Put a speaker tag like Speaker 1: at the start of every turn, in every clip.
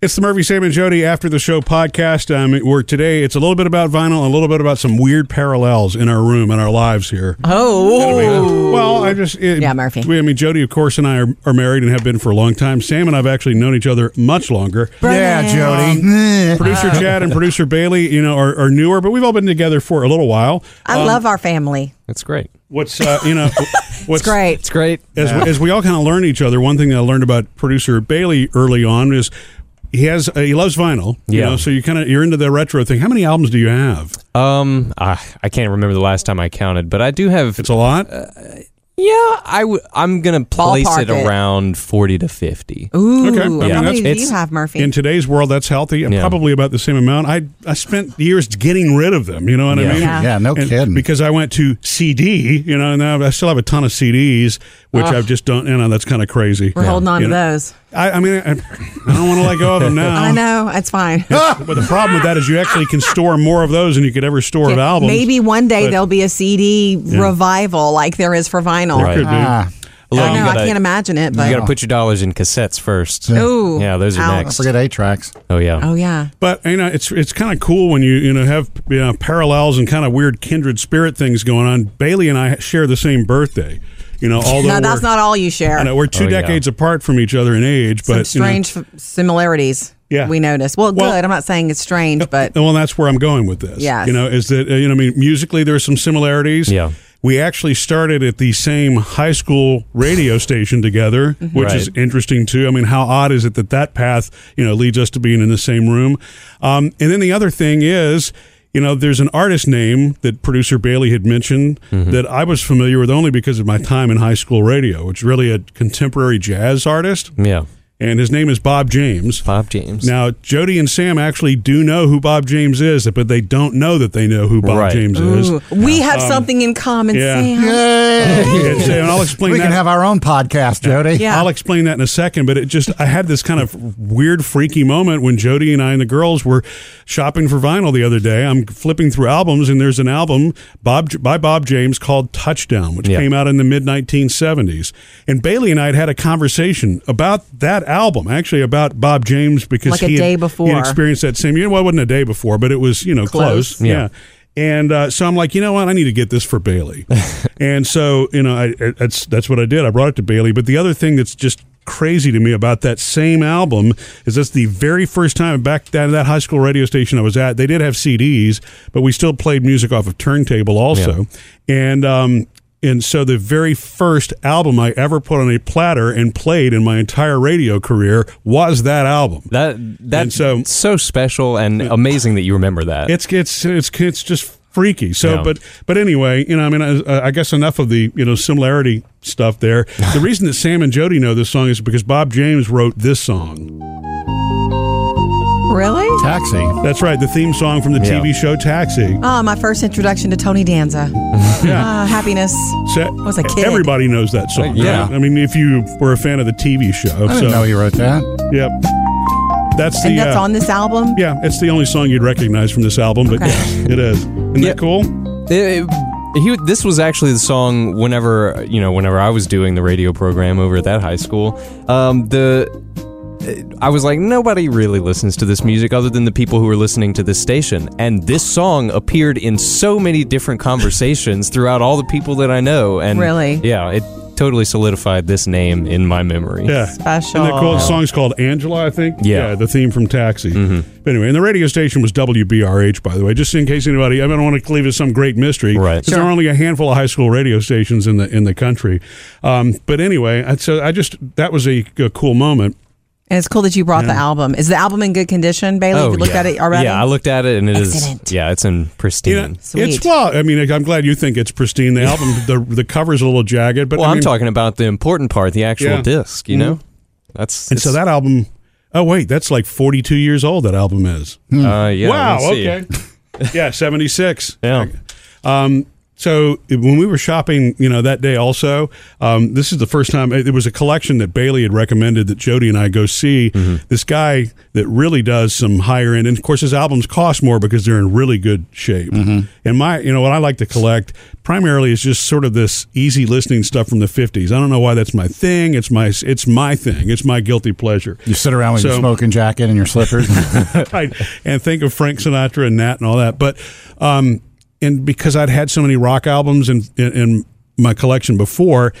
Speaker 1: It's the Murphy, Sam, and Jody after the show podcast. Um, where today it's a little bit about vinyl, a little bit about some weird parallels in our room and our lives here. uh,
Speaker 2: Oh,
Speaker 1: Well, I just it,
Speaker 2: Yeah, Murphy.
Speaker 1: We, I mean, Jody, of course, and I are, are married and have been for a long time. Sam and I've actually known each other much longer.
Speaker 2: Brother.
Speaker 3: Yeah, Jody.
Speaker 1: Producer
Speaker 2: Uh-huh.
Speaker 1: Chad and producer Bailey, you know, are, are newer, but we've all been together for a little while.
Speaker 2: I love our family.
Speaker 4: That's great.
Speaker 1: What's uh, you know, what's
Speaker 2: It's great.
Speaker 4: It's great.
Speaker 1: as, as we all kind of learn each other, one thing that I learned about producer Bailey early on is he has uh, he loves vinyl. You
Speaker 4: Yeah.
Speaker 1: know, so you kind of you're into the retro thing. How many albums do you have?
Speaker 4: Um, I, I can't remember the last time I counted, but I do have.
Speaker 1: It's a lot.
Speaker 2: Uh,
Speaker 4: Yeah, I w- I'm gonna place
Speaker 2: Ballpark
Speaker 4: it
Speaker 2: it.
Speaker 4: around forty to fifty.
Speaker 2: Ooh,
Speaker 1: Okay.
Speaker 2: how
Speaker 1: Yeah.
Speaker 2: many do
Speaker 4: It's-
Speaker 2: you have, Murphy?
Speaker 1: in today's world, that's healthy and
Speaker 4: Yeah.
Speaker 1: probably about the same amount. I I spent years getting rid of them. You know what I
Speaker 4: Yeah.
Speaker 1: mean?
Speaker 2: Yeah.
Speaker 3: Yeah, no
Speaker 1: And
Speaker 3: kidding.
Speaker 1: Because I went to CD. You know, and now I still have a ton of CDs, which I've just done. You know, that's kind of crazy.
Speaker 2: We're holding on
Speaker 1: You
Speaker 2: to
Speaker 1: know,
Speaker 2: those.
Speaker 1: I, I mean, I, I don't want to let go of them now.
Speaker 2: I know it's fine.
Speaker 1: But the problem with that is you actually can store more of those than you could ever store of albums.
Speaker 2: Maybe one day
Speaker 1: but-
Speaker 2: there'll be a CD revival like there is for vinyl.
Speaker 1: Could be.
Speaker 3: Ah,
Speaker 4: Look,
Speaker 2: I don't
Speaker 4: you
Speaker 2: know.
Speaker 4: gotta-
Speaker 2: I can't imagine it, but
Speaker 4: You got to put your dollars in cassettes first.
Speaker 2: Ooh.
Speaker 4: yeah, those are
Speaker 2: Ow.
Speaker 3: I
Speaker 4: next.
Speaker 3: forget eight tracks.
Speaker 4: Oh yeah.
Speaker 2: oh yeah,
Speaker 1: But you know, it's it's kind of cool when you you know have you know, parallels and kind of weird kindred spirit things going on. Bailey and I share the same birthday. You know, although
Speaker 2: no, that's
Speaker 1: we're-
Speaker 2: not all you share.
Speaker 1: I know we're two
Speaker 4: Oh, yeah.
Speaker 1: decades apart from each other in age,
Speaker 2: Some
Speaker 1: but
Speaker 2: strange f- similarities.
Speaker 1: Yeah.
Speaker 2: we noticed. Well,
Speaker 1: Well-
Speaker 2: good. I'm not saying it's strange, but
Speaker 1: You know, well, that's where I'm going with this.
Speaker 2: Yes.
Speaker 1: you know, is that uh, you know, I mean, musically there's some similarities.
Speaker 4: Yeah.
Speaker 1: we actually started at the same high school radio station together, which is
Speaker 4: Right.
Speaker 1: interesting too. I mean, how odd is it that that path you know leads us to being in the same room? Um, and then the other thing is. You know, there's an artist name that producer Bailey had mentioned that I was familiar with only because of my time in high school radio, which is really a contemporary jazz artist.
Speaker 4: Yeah.
Speaker 1: And his name is Bob James.
Speaker 4: Bob James.
Speaker 1: Now, Jody and Sam actually do know who Bob James is, but they don't know that they know who Bob
Speaker 4: Right.
Speaker 1: James is.
Speaker 2: Ooh, we have something in common,
Speaker 1: um, yeah.
Speaker 2: Sam.
Speaker 3: Yay!
Speaker 1: And, so- and I'll explain
Speaker 3: We
Speaker 1: that.
Speaker 3: can have our own podcast, Jody.
Speaker 2: Yeah.
Speaker 1: I'll explain that in a second, but it just I had this kind of weird freaky moment when Jody and I and the girls were shopping for vinyl the other day. I'm flipping through albums and there's an album Bob by Bob James called Touchdown, which
Speaker 4: Yeah.
Speaker 1: came out in the mid 1970s. And Bailey and I had had a conversation about that album, actually about Bob James because
Speaker 2: Like a
Speaker 1: he had-
Speaker 2: day
Speaker 1: he had
Speaker 2: before.
Speaker 1: experienced that same year. Well, it wasn't a day before, but it was, you know,
Speaker 2: Close.
Speaker 1: close.
Speaker 4: Yeah.
Speaker 1: And uh, so I'm like, you know what? I need to get this for Bailey. and so, you know, I, I- that's that's what I did. I brought it to Bailey. But the other thing that's just crazy to me about that same album is that's the very first time back down to that high school radio station I was at. They did have CDs, but we still played music off of turntable also. And um, and so the very first album I ever put on a platter and played in my entire radio career was that album.
Speaker 4: That
Speaker 1: And
Speaker 4: that's
Speaker 1: so-
Speaker 4: so, special and amazing that you remember that.
Speaker 1: it's it's it's it's just freaky. So,
Speaker 4: Yeah.
Speaker 1: but but anyway, you know, I mean, I, I guess enough of the you know similarity stuff there. the reason that Sam and Jody know this song is because Bob James wrote this song.
Speaker 2: Really?
Speaker 3: Taxi.
Speaker 1: That's right, the theme song from the
Speaker 4: Yeah.
Speaker 1: TV show Taxi.
Speaker 2: Oh, my first introduction to Tony Danza. Ah, happiness.
Speaker 1: So,
Speaker 2: was a kid.
Speaker 1: Everybody knows that song.
Speaker 4: Yeah.
Speaker 1: right? I mean, if you were a fan of the TV show,
Speaker 3: I didn't
Speaker 1: so
Speaker 3: know you wrote that.
Speaker 1: yep, that's the
Speaker 2: And that's
Speaker 1: uh,
Speaker 2: on this album?
Speaker 1: yeah, it's the only song you'd recognize from this album. But
Speaker 2: Okay.
Speaker 1: yes, it is. Isn't
Speaker 4: Yeah.
Speaker 1: that cool?
Speaker 4: It- he, this was actually the song whenever you know whenever I was doing the radio program over at that high school. Um, the uh, I was like nobody really listens to this music other than the people who are listening to this station, and this song appeared in so many different conversations throughout all the people that I know. And
Speaker 2: Really?
Speaker 4: yeah, it totally solidified this name in my memory.
Speaker 1: Yeah.
Speaker 2: Special.
Speaker 1: And that cool song's called Angela, I think.
Speaker 4: Yeah. Mm-hmm.
Speaker 1: the theme from Taxi. But anyway, and the radio station was WBRH, by the way, just in case anybody. I don't want to leave it some great mystery,
Speaker 4: Right.
Speaker 1: 'cause there are only a handful of high school radio stations in the in the country. Um, but anyway, I, so I just that was a, a cool moment.
Speaker 2: And it's cool that you brought the album. Is the album in good condition, Bailey?
Speaker 4: Oh,
Speaker 2: you looked
Speaker 4: yeah.
Speaker 2: at it already?
Speaker 4: Yeah, I looked at it and it is.
Speaker 2: Excellent.
Speaker 4: Yeah, it's in pristine.
Speaker 1: You know,
Speaker 2: Sweet.
Speaker 1: it's well. I mean, I'm glad you think it's pristine. The album, the the cover's a little jagged, but
Speaker 4: well,
Speaker 1: I
Speaker 4: I
Speaker 1: mean,
Speaker 4: am talking about the important part, the actual
Speaker 1: Yeah. Mm-hmm.
Speaker 4: disc. You know, that's
Speaker 1: And so that album. Oh wait, that's like 42 years old. That album is.
Speaker 4: Uh, yeah,
Speaker 1: wow.
Speaker 4: let's see.
Speaker 1: Okay. yeah, 76.
Speaker 4: Yeah.
Speaker 1: Um, So when we were shopping, you know, that day also, um, this is the first time it was a collection that Bailey had recommended that Jody and I go see. This guy that really does some higher end, and of course his albums cost more because they're in really good shape. And my, you know, what I like to collect primarily is just sort of this easy listening stuff from the fifties. I don't know why that's my thing. It's my it's my thing. It's my guilty pleasure.
Speaker 3: You sit around with
Speaker 1: So-
Speaker 3: your smoking jacket and your slippers.
Speaker 1: right. And think of Frank Sinatra and Nat and all that. But um, and because I'd had so many rock albums in in, in my collection before.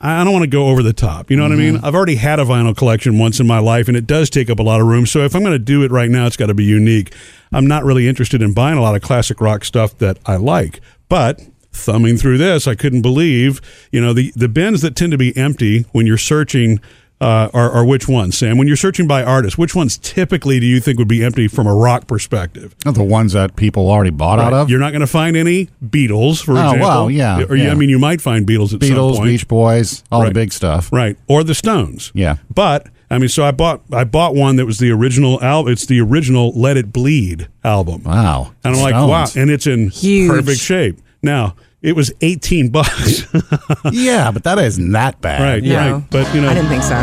Speaker 1: I I don't want to go over the top. You know what I mean? I've already had a vinyl collection once in my life, and it does take up a lot of room. So if I'm going to do it right now, it's got to be unique. I'm not really interested in buying a lot of classic rock stuff that I like. But thumbing through this, I couldn't believe, you know, the, the bins that tend to be empty when you're searching uh, are, are which ones, Sam? When you're searching by artist, which ones typically do you think would be empty from a rock perspective?
Speaker 3: Not the ones that people already bought out of.
Speaker 1: You're not going to find any Beatles, for
Speaker 3: Oh,
Speaker 1: example.
Speaker 3: wow, yeah,
Speaker 1: Or, you-
Speaker 3: yeah.
Speaker 1: I mean, you might find Beatles at some
Speaker 3: Beatles,
Speaker 1: point.
Speaker 3: Beach Boys, all
Speaker 1: Right.
Speaker 3: the big stuff.
Speaker 1: Right. Or the Stones.
Speaker 3: Yeah.
Speaker 1: But I mean, so I bought I bought one that was the original album. It's the original Let It Bleed album.
Speaker 3: Wow.
Speaker 1: And I'm like,
Speaker 3: Stones.
Speaker 1: wow. And it's in
Speaker 2: Huge.
Speaker 1: perfect shape. Now, it was 18 bucks.
Speaker 3: yeah, but that isn't that bad.
Speaker 1: right,
Speaker 2: Yeah.
Speaker 1: right. But, you know,
Speaker 2: I didn't think so.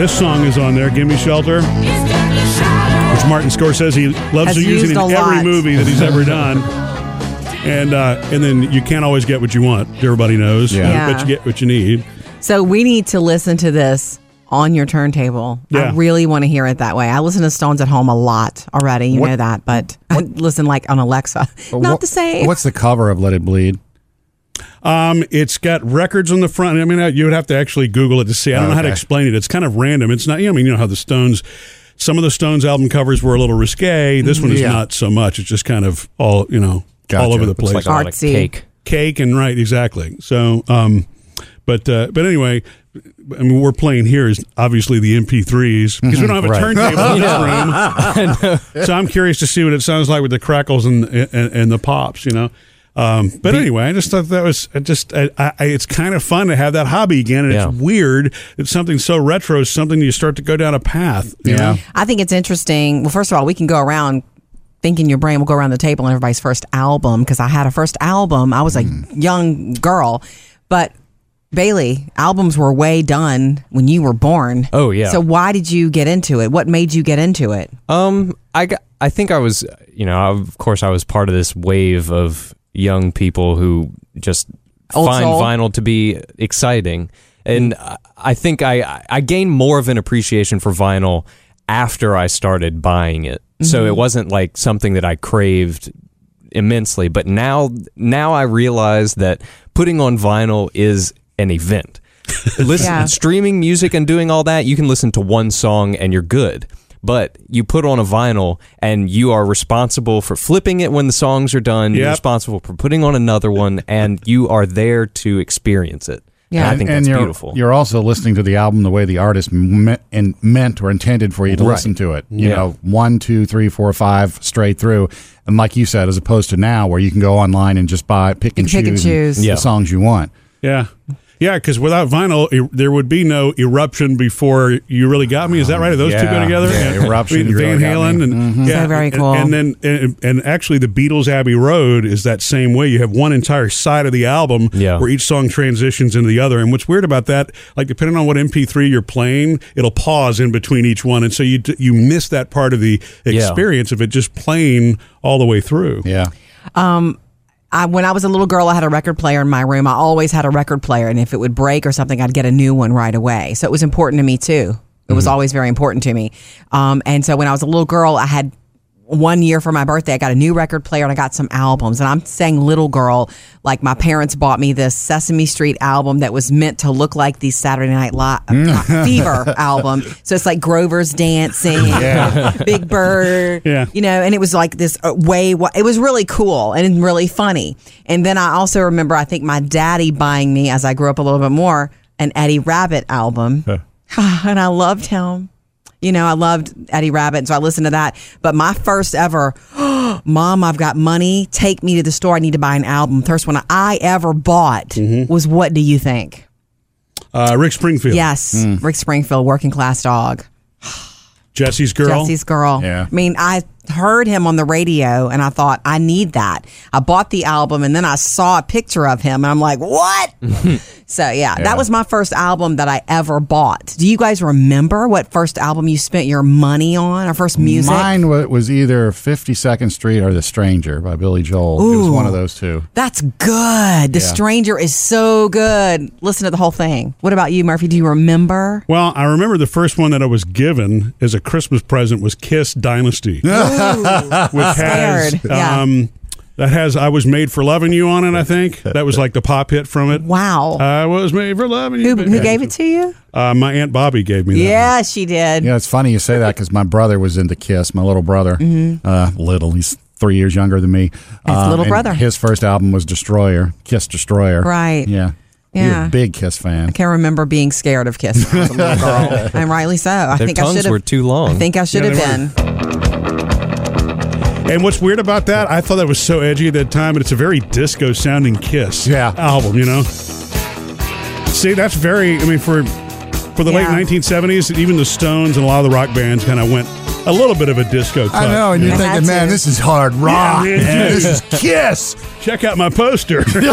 Speaker 1: This song is on there, Gimme Shelter, which Martin Scorsese loves
Speaker 2: Has
Speaker 1: to use it
Speaker 2: used
Speaker 1: in
Speaker 2: a
Speaker 1: every
Speaker 2: lot.
Speaker 1: movie that he's ever done. And uh, and then you can't always get what you want. Everybody knows,
Speaker 3: Yeah.
Speaker 1: but you get what you need.
Speaker 2: So we need to listen to this on your turntable.
Speaker 1: Yeah.
Speaker 2: I really want to hear it that way. I listen to Stones at home a lot already. You
Speaker 3: What- Uh,
Speaker 2: know that, but I listen like on Alexa. Not
Speaker 3: What-
Speaker 2: the same.
Speaker 3: What's the cover of Let It Bleed?
Speaker 1: Um, it's got records on the front. I mean, uh, you would have to actually Google it to see. I don't know how to
Speaker 3: Okay.
Speaker 1: explain it. It's kind of random. It's not. I mean, you know how the Stones. Some of the Stones album covers were a little risque. This one is
Speaker 3: Yeah.
Speaker 1: not so much. It's just kind of all you know, all
Speaker 3: Gotcha.
Speaker 1: over the place.
Speaker 4: Looks like a lot of
Speaker 2: Artsy.
Speaker 4: cake.
Speaker 1: cake and right exactly so um but uh, but anyway I mean, we're playing here is obviously the MP3s because we don't have a
Speaker 4: Mm-hmm. Right.
Speaker 1: turntable in this room. so I'm curious to see what it sounds like with the crackles and and, and the pops, you know. Um, but anyway, I just thought that was I just I, I, it's kind of fun to have that hobby again, and
Speaker 4: Yeah.
Speaker 1: it's weird that something so retro is something you start to go down a path. you know?
Speaker 2: I think it's interesting. Well, first of all, we can go around thinking your brain will go around the table on everybody's first album because I had a first album. I was a
Speaker 4: Mm.
Speaker 2: young girl, but Bailey, albums were way done when you were born.
Speaker 4: Oh, yeah.
Speaker 2: So why did you get into it? What made you get into it?
Speaker 4: Um, I got, I think I was, you know, I- of course I was part of this wave of young people who just
Speaker 2: Old
Speaker 4: find
Speaker 2: soul.
Speaker 4: vinyl to be exciting, and I I think I I gained more of an appreciation for vinyl after I started buying it. So
Speaker 2: Mm-hmm.
Speaker 4: it wasn't like something that I craved immensely, but now now I realize that putting on vinyl is an event. Listen,
Speaker 2: Yeah.
Speaker 4: streaming music and doing all that, you can listen to one song and you're good. But you put on a vinyl and you are responsible for flipping it when the songs are done. You're
Speaker 1: Yep.
Speaker 4: responsible for putting on another one and you are there to experience it.
Speaker 2: Yeah.
Speaker 4: And I
Speaker 2: And-
Speaker 4: think
Speaker 3: and
Speaker 4: that's
Speaker 3: you're,
Speaker 4: beautiful.
Speaker 3: You're also listening to the album the way the artist me- and meant or intended for you to
Speaker 4: Right.
Speaker 3: listen to it. You
Speaker 4: Yeah.
Speaker 3: know, one, two, three, four, five, straight through. And like you said, as opposed to now where you can go online and just buy, pick and
Speaker 2: You can pick and
Speaker 3: choose,
Speaker 2: choose.
Speaker 4: Yeah.
Speaker 3: the songs you want.
Speaker 1: Yeah. Yeah, because without vinyl, e- there would be no eruption before you really got me. Is that right? Are those two go
Speaker 3: Yeah.
Speaker 1: together?
Speaker 3: Yeah, Eruption,
Speaker 1: I mean,
Speaker 3: You Really
Speaker 1: Van
Speaker 3: Got
Speaker 1: Halen,
Speaker 3: Me.
Speaker 1: and yeah,
Speaker 2: Mm-hmm. So very
Speaker 1: and-
Speaker 2: cool.
Speaker 1: And, then, and, and actually, the Beatles' Abbey Road is that same way. You have one entire side of the album
Speaker 4: Yeah.
Speaker 1: where each song transitions into the other. And what's weird about that, like depending on what MP3 you're playing, it'll pause in between each one, and so you d- you miss that part of the
Speaker 4: Yeah.
Speaker 1: experience of it just playing all the way through.
Speaker 3: Yeah.
Speaker 2: I, when I was a little girl, I had a record player in my room. I always had a record player, and if it would break or something, I'd get a new one right away. So it was important to me too. It was always very important to me. Um, and so when I was a little girl, I had one year for my birthday, I got a new record player and I got some albums. And I'm saying little girl, like my parents bought me this Sesame Street album that was meant to look like the Saturday Night Live Fever album. So it's like Grover's dancing, Big Bird,
Speaker 1: Yeah.
Speaker 2: you know, and it was like this uh, way. wa- It was really cool and really funny. And then I also remember, I think my daddy buying me as I grew up a little bit more an Eddie Rabbit album, and I loved him. You know, I loved Eddie Rabbit, so I listened to that. But my first ever, Mom, I've got money. Take me to the store. I need to buy an album. First one I ever bought was What Do You Think?
Speaker 1: Uh, Rick Springfield,
Speaker 2: Yes, Rick Springfield, Working Class Dog.
Speaker 1: Jesse's Girl,
Speaker 2: Jesse's girl.
Speaker 3: Yeah.
Speaker 2: I mean, I heard him on the radio and I thought, I need that. I bought the album and then I saw a picture of him and I'm like, what? so, yeah, that was my first album that I ever bought. Do you guys remember what first album you spent your money on or first music?
Speaker 3: Mine wa- was either 52nd Street or The Stranger by Billy Joel. It was one of those two.
Speaker 2: That's good. The Stranger is so good. Listen to the whole thing. What about you, Murphy? Do you remember?
Speaker 1: Well, I remember the first one that I was given as a Christmas present was Kiss Dynasty, which has
Speaker 2: Scared, yeah.
Speaker 1: um, that has "I Was Made for Loving You" on it. I think that was like the pop hit from it.
Speaker 2: Wow.
Speaker 1: I was made for loving you.
Speaker 2: who, who gave it to you?
Speaker 1: Uh, my aunt Bobby gave me that. one.
Speaker 2: Yeah, she did.
Speaker 3: You know, it's funny you say that because my brother was into Kiss, my little brother. Uh, little. He's three years younger than me. Uh,
Speaker 2: That's Mm-hmm. little
Speaker 3: and
Speaker 2: brother.
Speaker 3: His first album was Destroyer, Kiss Destroyer.
Speaker 2: Right.
Speaker 3: Yeah. He was
Speaker 2: Yeah.
Speaker 3: a big Kiss fan.
Speaker 2: Can't remember being scared of Kiss when I was a little girl, and rightly so. I
Speaker 4: Their
Speaker 2: think I should
Speaker 4: tongues
Speaker 2: have.
Speaker 4: were too long.
Speaker 2: I think I should
Speaker 1: Yeah, they
Speaker 2: have been.
Speaker 1: And what's weird about that, I thought that was so edgy at that time, but it's a very disco sounding Kiss
Speaker 3: Yeah.
Speaker 1: album, you know? See, that's very, I mean, for for the
Speaker 2: Yeah.
Speaker 1: late 1970s, even the Stones and a lot of the rock bands kind of went a little bit of a disco cut.
Speaker 3: I know, and
Speaker 2: I
Speaker 3: you're
Speaker 2: had
Speaker 3: thinking, man,
Speaker 2: to.
Speaker 3: this is hard rock.
Speaker 1: Yeah, man.
Speaker 3: man. This is Kiss.
Speaker 1: Check out my poster.
Speaker 2: Okay.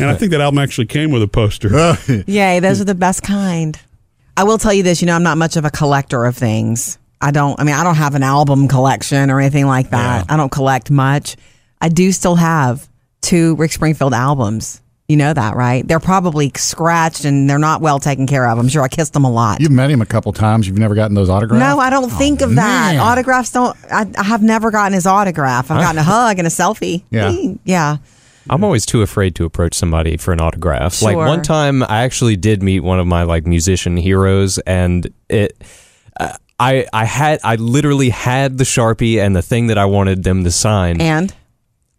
Speaker 1: and I think that album actually came with a poster.
Speaker 2: Yay, those are the best kind. I will tell you this, you know, I'm not much of a collector of things. I don't I mean, I don't have an album collection or anything like that. I don't collect much. I do still have two Rick Springfield albums. You know that, right? They're probably scratched and they're not well taken care of. I'm sure I kissed them a lot.
Speaker 3: You've met him a couple times. You've never gotten those autographs.
Speaker 2: no, I don't think of that.
Speaker 3: man.
Speaker 2: Autographs don't. I, I have never gotten his autograph. I've gotten a hug and a selfie.
Speaker 3: Yeah.
Speaker 2: yeah.
Speaker 4: I'm always too afraid to approach somebody for an autograph. Like
Speaker 2: Sure.
Speaker 4: one time, I actually did meet one of my like musician heroes, and it. Uh, I, I had I literally had the sharpie and the thing that I wanted them to sign.
Speaker 2: And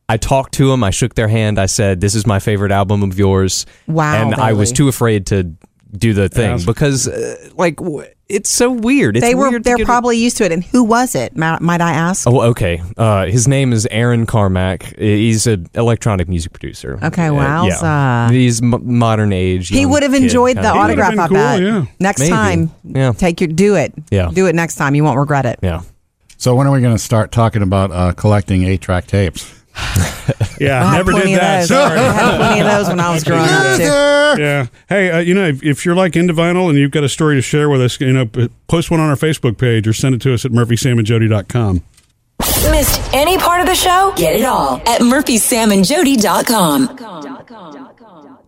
Speaker 4: I talked to him. I shook their hand. I said, "This is my favorite album of yours."
Speaker 2: Wow,
Speaker 4: And I was
Speaker 2: Bailey.
Speaker 4: too afraid to do the thing because, uh, like, w- it's so weird. It's
Speaker 2: they were.
Speaker 4: weird to
Speaker 2: They're
Speaker 4: get-
Speaker 2: probably used to it. And who was it? Might, might I ask?
Speaker 4: Oh, okay. Uh, his name is Aaron Carmack. He's an electronic music producer.
Speaker 2: Okay,
Speaker 4: Uh,
Speaker 2: wowza.
Speaker 4: He's m- modern age.
Speaker 2: He
Speaker 4: young
Speaker 2: would have
Speaker 4: kid
Speaker 2: enjoyed
Speaker 4: kinda
Speaker 2: the
Speaker 4: thing.
Speaker 1: would've
Speaker 2: autograph.
Speaker 1: been
Speaker 2: I
Speaker 1: cool,
Speaker 2: bet.
Speaker 1: yeah.
Speaker 2: Next
Speaker 4: Maybe.
Speaker 2: time,
Speaker 4: Yeah.
Speaker 2: take your do it.
Speaker 4: Yeah.
Speaker 2: do it next time. You won't regret it.
Speaker 4: Yeah.
Speaker 3: So when are we going to start talking about uh, collecting eight-track tapes?
Speaker 1: Yeah,
Speaker 2: I had
Speaker 1: never
Speaker 2: Ah, plenty
Speaker 1: did
Speaker 2: of
Speaker 1: that.
Speaker 2: those.
Speaker 1: Sorry.
Speaker 2: I had plenty of those when I was growing up too.
Speaker 1: Yeah. Hey, uh, you know, if, if you're like into vinyl and you've got a story to share with us, you know, p- post one on our Facebook page or send it to us at murphysamandjody.com.
Speaker 5: Missed any part of the show? Get it all at murphysamandjody.com.